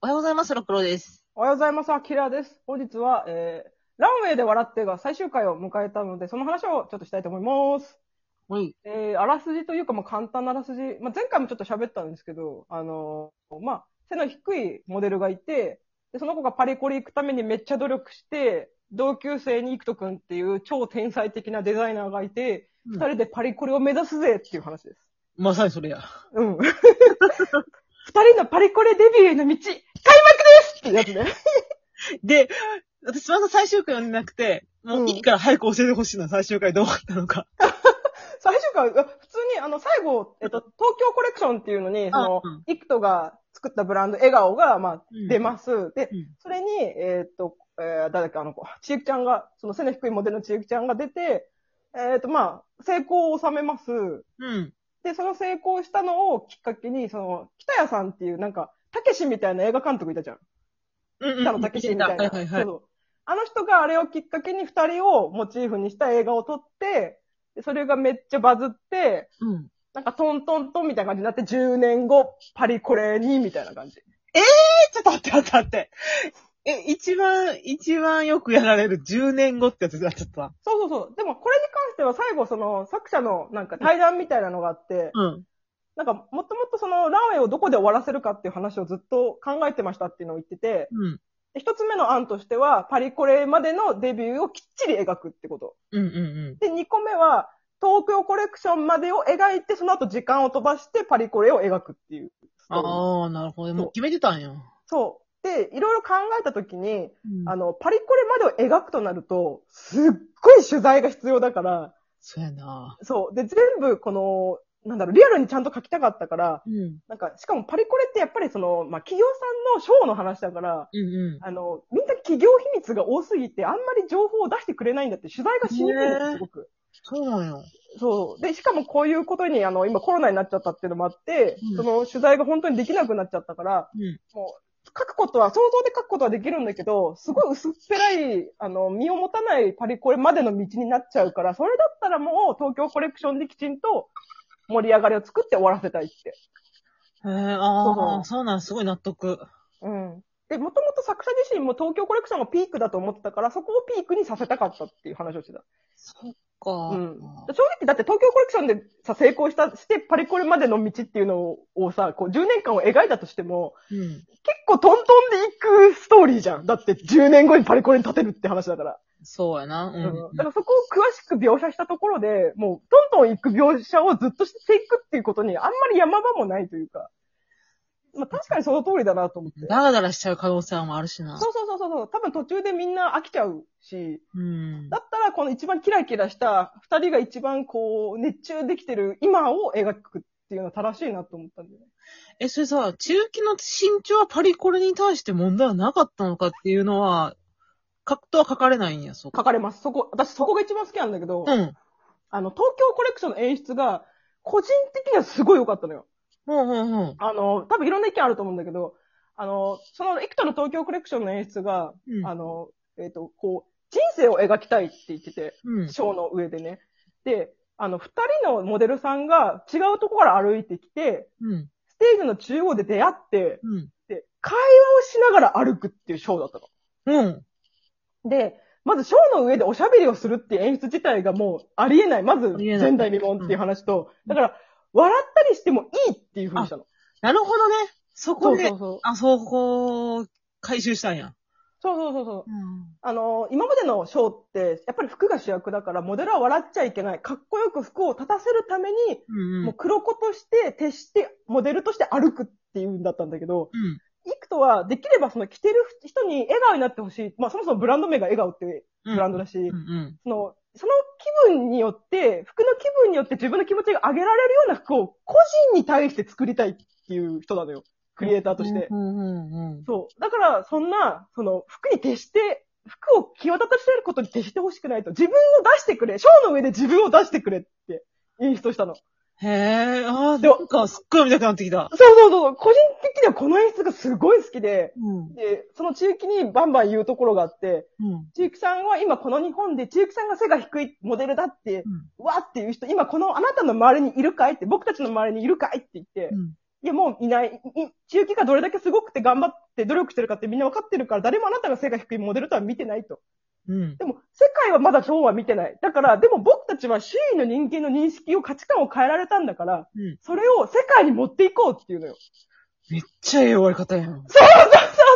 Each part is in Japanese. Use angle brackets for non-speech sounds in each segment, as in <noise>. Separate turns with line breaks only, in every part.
おはようございます、ろくろです。
おはようございます。アキラです。本日は、えー、ランウェイで笑ってが最終回を迎えたので、その話をちょっとしたいと思います。
はい。
えー、あらすじというか、まあ、簡単なあらすじ。まあ、前回もちょっと喋ったんですけど、あのーまあ、背の低いモデルがいて、で、その子がパリコレ行くためにめっちゃ努力して、同級生にイクト君っていう超天才的なデザイナーがいて、
うん
二、人でパリコレを目指すぜっていう話です。
まさにそれや。
うん。 <laughs> 二人のパリコレデビューへの道、開幕ですっていうやつね。
<laughs> で、私まだ最終回読んでなくて、も
う
うんいいから早く教えてほしいな、最終回どうだったのか。
最終回、あ普通に、あの、最後、えっと、東京コレクションっていうのに、そ
あ
の
うん、
イクトが作ったブランド、笑顔が、まあ、出ます。で
うん、
それに、えっと、えー、誰だっけ、あの子、ちゆきちゃんが、その背の低いモデルのちゆきちゃんが出て、えっと、まあ、成功を収めます。
うん。
で、その成功したのをきっかけに、その、北谷さんっていう、なんか、たけしみたいな映画監督いたじゃん。
うん。うん。
北野たけしみたい
は
な。
いはいはい
そ。うあの人があれをきっかけに二人をモチーフにした映画を撮って、でそれがめっちゃバズって、
うん。
なんかトントントンみたいな感じになって10年後、パリコレに、みたいな感じ。
え、ちょっと待って待って待って。え、一番、一番よくやられる10年後ってやつだ、ちょっと。
そうそうそう。でもこれに関しては最後その作者のなんか対談みたいなのがあって、
うん。
なんかもともとそのランウェイをどこで終わらせるかっていう話をずっと考えてましたっていうのを言ってて、
うん。
で一つ目の案としてはパリコレまでのデビューをきっちり描くってこと。
うんうん
で、2個目は東京コレクションまでを描いて、その後時間を飛ばしてパリコレを描くっていうス
うん。
トーリー。
ああ、なるほど。もう決めてたんや。
そう。で、いろいろ考えたときに、
うん
あの、パリコレまでを描くとなると、すっごい取材が必要だから、
そうやな。
そう。で、全部この、なんだろう、リアルにちゃんと書きたかったから、
うん。うん
なんか、しかもパリコレってやっぱりその、まあ、企業さんのショーの話だから、
うん。
あの、みんな企業秘密が多すぎて、あんまり情報を出してくれないんだって、取材がしにくいんです
ねえ
すごく。
そうなんよ。
そう。で、しかもこういうことに、あの、今コロナになっちゃったっていうのもあって、
うん
その取材が本当にできなくなっちゃったから、
うん
もう、書くことは、想像で書くことはできるんだけど、すごい薄っぺらい、あの、身を持たないパリコレまでの道になっちゃうから、それだったらもう東京コレクションできちんと盛り上がりを作って終わらせたいって。
へえ、
そ
ああ、
う
そうなん、すごい納得。
うん。で、もともと作者自身も東京コレクションがピークだと思ってたから、そこをピークにさせたかったっていう話をしてた。
そっか。
うん正直だって東京コレクションでさ、成功した、してパリコレまでの道っていうのをさ、こう10年間を描いたとしても、
うん。
結構トントンでいくストーリーじゃん。だって10年後にパリコレに立てるって話だから。
そうやな。う。
うんん。だからそこを詳しく描写したところで、もうトントン行く描写をずっとしていくっていうことにあんまり山場もないというか。まあ確かにその通りだなと思って。
ダラダラしちゃう可能性もあるしな。
そうそうそうそう。多分途中でみんな飽きちゃうし、
うん。
だったら、この一番キラキラした、二人が一番こう、熱中できてる今を描くっていうのは正しいなと思ったんだよね。
え、それさ、中期の身長はパリコレに対して問題はなかったのかっていうのは、格闘は書かれないんや、そこ。
書かれます。そこ、私そこが一番好きなんだけど、
うん。
あの、東京コレクションの演出が、個人的にはすごい良かったのよ。
うん、うん、うん。
あの、多分いろんな意見あると思うんだけど、あの、その、幾多の東京コレクションの演出が、
うん
あの、えっ、と、こう、人生を描きたいって言ってて、
うん。
ショーの上でね。で、あの、二人のモデルさんが違うところから歩いてきて、
うん。
ステージの中央で出会って、
うん。
で、会話をしながら歩くっていうショーだった
うん。
の。で、まずショーの上でおしゃべりをするっていう演出自体がもうありえない。まず
りえない
前代未聞っていう話と、だから、笑ったりしてもいいっていう風にしたの。
なるほどね。そ
そ
こ
う
で
そ、うそう。
あ、そこを回収したんや。
そうそうそうそう。
うん。
あのー今までのショーって、やっぱり服が主役だから、モデルは笑っちゃいけない。かっこよく服を立たせるために、
うん。う
も
ん
う。黒子として、徹して、モデルとして歩くっていうんだったんだけど、
うん。
イクトは、できればその着てる人に笑顔になってほしい。まあそもそもブランド名が笑顔っていう
うん。
ブランドだし、
うん。うん。
その、その気分によって、服の気分によって自分の気持ちが上げられるような服を個人に対して作りたいっていう人なのよ。クリエイターとして。
うん、うん、うん。
そう。だから、そんな、その、服に徹して、服を際立たせることに徹してほしくないと。自分を出してくれ。ショーの上で自分を出してくれって演出したの。
へえ、あー、
でも
なんかすっごい見たくなってきた。
そうそうそう。個人的にはこの演出がすごい好きで、
うん。
で、その地域にバンバン言うところがあって、
うん。
ちゆきさんは今この日本で、ちゆきさんが背が低いモデルだって、
うん
わーっていう人、今このあなたの周りにいるかいって、僕たちの周りにいるかいって言って、
うん
いや、もういない。い中期がどれだけすごくて頑張って努力してるかってみんな分かってるから、誰もあなたが背が低いモデルとは見てないと。
うん。
でも、世界はまだそうは見てない。だから、でも僕たちは周囲の人間の認識を価値観を変えられたんだから、
うん
それを世界に持っていこうっていうのよ。
めっちゃええ終わり方やん。
そう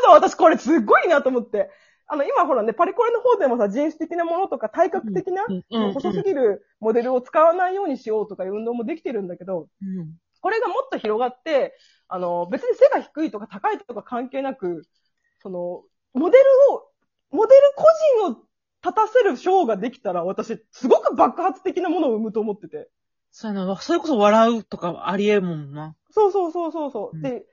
そう、私これすっごいなと思って。あの、今ほらね、パリコレの方でもさ、人種的なものとか体格的な、
うん。
もう細すぎるモデルを使わないようにしようとかいう運動もできてるんだけど、
うん。
これがもっと広がって、あの、別に背が低いとか高いとか関係なく、その、モデルを、モデル個人を立たせるショーができたら、私、すごく爆発的なものを生むと思ってて。
そうやな。それこそ笑うとかありえんもんな。
そうそうそうそうそう。
うん
で、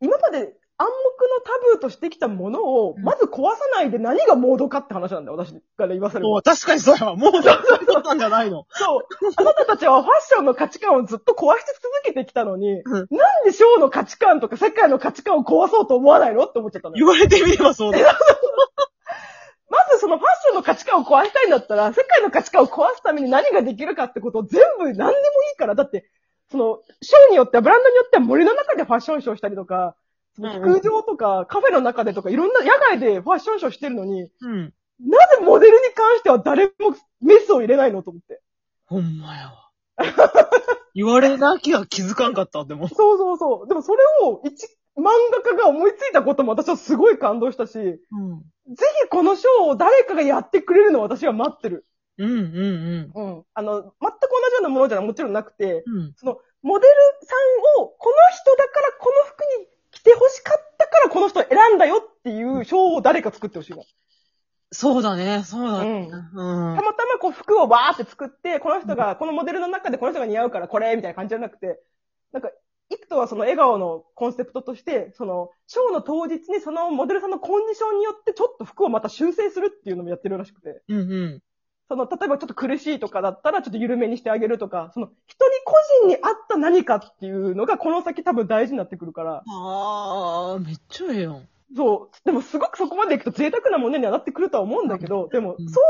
今まで暗黙のタブーとしてきたものを、
うん
まず壊さないで何がモードかって話なんだよ、私から言わせれば。
もう確かにそうやわ。もう、そうなんじゃないの。
そう。あなたたちはファッションの価値観をずっと壊し続けてきたのに、
うん
なんでショーの価値観とか世界の価値観を壊そうと思わないのって思っちゃったの
<laughs>
よ
言われてみればそうだ。
まずそのファッションの価値観を壊したいんだったら、世界の価値観を壊すために何ができるかってことを全部何でもいいから、だって、その、ショーによっては、ブランドによっては森の中でファッションショーしたりとか、その
うん
飛
うん
空場とかカフェの中でとかいろんな野外でファッションショーしてるのに、
うん。
なぜモデルに関しては誰もメスを入れないのと思って。
ほんまやわ。言われなきゃ気づかんかった、でも。
そうそうそう。でもそれを一、漫画家が思いついたことも私はすごい感動したし、ぜ
うん。
ひこのショーを誰かがやってくれるのを私は待ってる。
うん、うん、
うん。あの、全く同じようなものじゃもちろんなくて、
うん。うん。
その、モデルさんを、この人だからこの服に着て欲しかったからこの人を選んだよっていう賞を誰か作ってほしいの。
そうだね、そうだ
う
ね。
ん。
うん。
たまたまこう服をわーって作って、この人が、このモデルの中でこの人が似合うからこれみたいな感じじゃなくて、なんか、イクトはその笑顔のコンセプトとして、その、ショーの当日にそのモデルさんのコンディションによってちょっと服をまた修正するっていうのもやってるらしくて。
うん、うん。
その、例えばちょっと苦しいとかだったら、ちょっと緩めにしてあげるとか、その、人に個人に合った何かっていうのが、この先多分大事になってくるから、
あー、めっちゃええやん。
そう、でもすごくそこまでいくと贅沢なものにはなってくるとは思うんだけど、でも、そううい
ん
うコン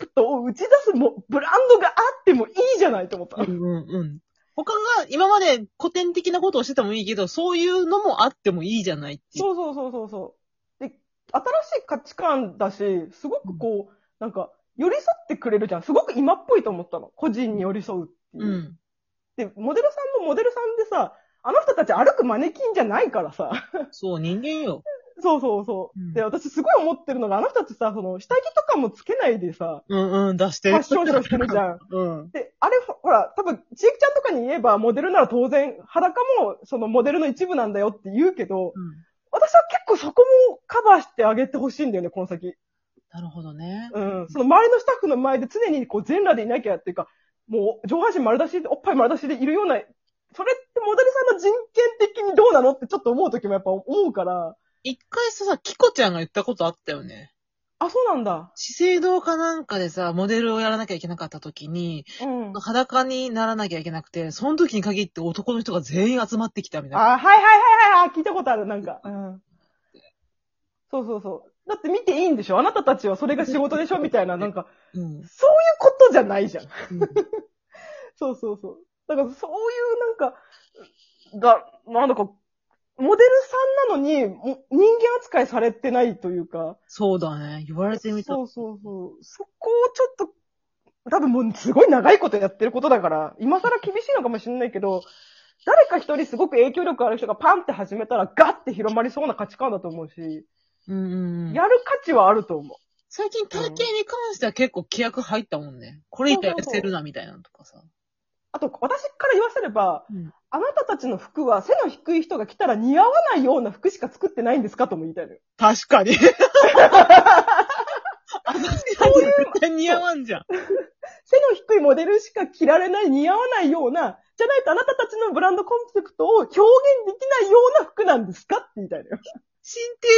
セプトを打ち出すも、ブランドがあってもいいじゃないと思った。
うんうんうん。他が今まで古典的なことをしててもいいけど、そういうのもあってもいいじゃないっていう。
そうそうそうそうそう。で、新しい価値観だし、すごくこう、なんか、寄り添ってくれるじゃん。すごく今っぽいと思ったの。個人に寄り添うっていう。
うん。
で、モデルさんもモデルさんでさ、あの人たち歩くマネキンじゃないからさ。 <laughs>
そう、人間よ。
そうそうそう。
うん
で、私すごい思ってるのが、あの人たちさ、その、下着とかもつけないでさ、
うんうん、出して
フ
る。
ァッションショーしてるじゃ <laughs> ん。
うん。
で、あれ、ほほら、多分、ちえきちゃんとかに言えば、モデルなら当然、裸も、その、モデルの一部なんだよって言うけど、私は結構そこもカバーしてあげてほしいんだよね、この先。
なるほどね。
うん。その、周りのスタッフの前で常に、こう、全裸でいなきゃっていうか、もう、上半身丸出しで、おっぱい丸出しでいるような、それってモデルさんの人権的にどうなのってちょっと思う時もやっぱ思うから、
一回さ、さ、キコちゃんが言ったことあったよね。
あ、そうなんだ。
資生堂かなんかでさ、モデルをやらなきゃいけなかった時に、
うん。
裸にならなきゃいけなくて、その時に限って男の人が全員集まってきたみたいな。
あ、はいはいはいはい、あ聞いたことある、なんか。うん。そうそうそう。だって見ていいんでしょあなたたちはそれが仕事でしょみたいな、なんか、
うん。
そういうことじゃないじゃん。
うん
そうそうそう。だからそういうなんか、が、なんだか、モデルさんなのに、も人間扱いされてないというか、
そうだね。言われてみた。
そうそうそう。そこをちょっと、多分もうすごい長いことやってることだから、今更厳しいのかもしれないけど、誰か一人すごく影響力ある人がパンって始めたらガッて広まりそうな価値観だと思うし、
うんうんうん。
やる価値はあると思う。
最近体型に関しては結構規約入ったもんね。これ以下痩せるなみたいなのとかさ。
あと、私から言わせれば、
うん
あなたたちの服は背の低い人が着たら似合わないような服しか作ってないんですかとも言いたいのよ。
確かに。あのそういうの似合わんじゃん。
背の低いモデルしか着られない、似合わないような、じゃないとあなたたちのブランドコンセプトを表現できないような服なんですかって言いたいのよ。
新低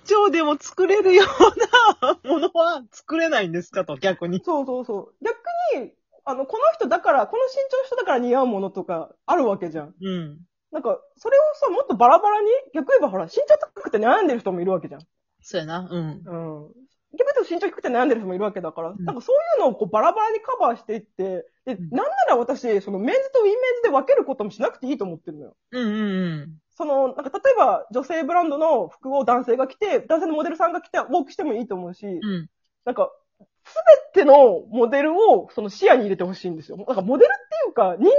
身長でも作れるようなものは作れないんですかと、逆に。
そうそうそう。逆に、あの、この人だから、この身長の人だから似合うものとかあるわけじゃん。
うん。
なんか、それをさ、もっとバラバラに、逆に言えばほら、身長高くて悩んでる人もいるわけじゃん。
そうやな。うん。
うん。逆に言うと身長低くて悩んでる人もいるわけだから、
ん
なんかそういうのをこうバラバラにカバーしていって、で、
ん
なんなら私、そのメンズとウィメンズで分けることもしなくていいと思ってるのよ。
うんうん
その、なんか例えば女性ブランドの服を男性が着て、男性のモデルさんが着て、ウォークしてもいいと思うし、
うん。うん。
なんか、すべてのモデルをその視野に入れてほしいんですよ。なんかモデルっていうか人間を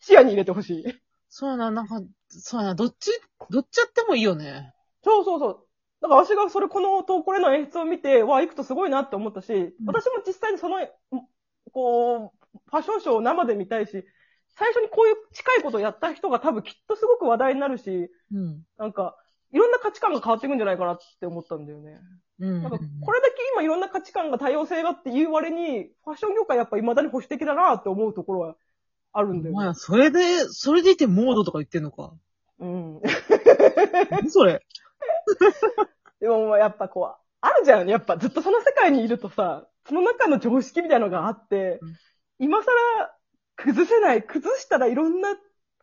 視野に入れてほしい。
そうやな、なんか、そうやな、どっち、どっちやってもいいよね。
そうそうそう。だから私がそれこの投稿への演出を見て、わあ、いくとすごいなって思ったし、私も実際にその、こう、ファッションショーを生で見たいし、最初にこういう近いことをやった人が多分きっとすごく話題になるし、
うん。
なんか、いろんな価値観が変わっていくんじゃないかなって思ったんだよね。
うん。
なんか、これだけ今いろんな価値観が多様性がっていう割に、ファッション業界やっぱ未だに保守的だなって思うところはあるんだよ
ま
ね。
あ、それで、それでいてモードとか言ってんのか。
うん。 <laughs>
何それ。
でももうやっぱこう、あるじゃん。やっぱずっとその世界にいるとさ、その中の常識みたいなのがあって
うん、
今更崩せない、崩したらいろんな、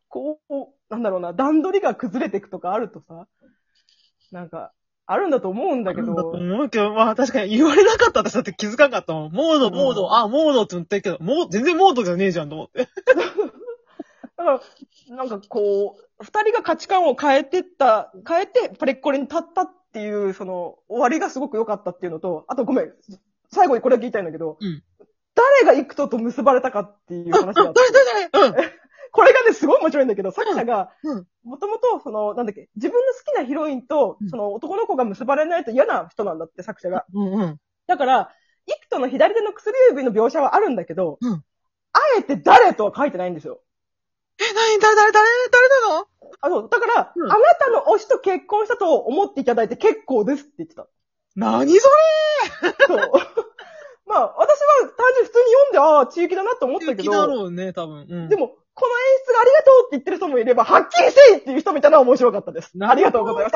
こう、なんだろうな、段取りが崩れていくとかあるとさ、なんか、あるんだと思うんだけ
なんだと
ど、
思うけど、まあ確かに言われなかった私だって気づかんかったもん。モード、
うん
モード、あ、モードって言ったけど、もう、全然モードじゃねえじゃんと思って。
だから、なんかこう、二人が価値観を変えてった、変えてパレッコレに立ったっていう、その、終わりがすごく良かったっていうのと、あとごめん、最後にこれだけ言いたいんだけど、
うん
誰がイクトと結ばれたかっていう話があ
誰
って、
誰誰うん。
これがね、すごい面白いんだけど、作者が
うんうん、
もともと、その、なんだっけ、自分の好きなヒロインと
うん、
その男の子が結ばれないと嫌な人なんだって、作者が。
うんうん。
だから、イクトの左手の薬指の描写はあるんだけど、
うん
あえて誰とは書いてないんですよ。
え、何誰誰誰誰なの
あの、だから、
うん
あなたの推しと結婚したと思っていただいて結構ですって言ってた。
何それ
そう。 <laughs> まあ、私は単純に普通に読んで、ああ、地域だなと思ったけ
だ
ど、
ろうね、多分。うん。
でも、この演出がありがとうって言ってる人もいれば、はっきりせいっていう人もいたのは面白かったです。
な
あり
るほ
が
ど
とうございます。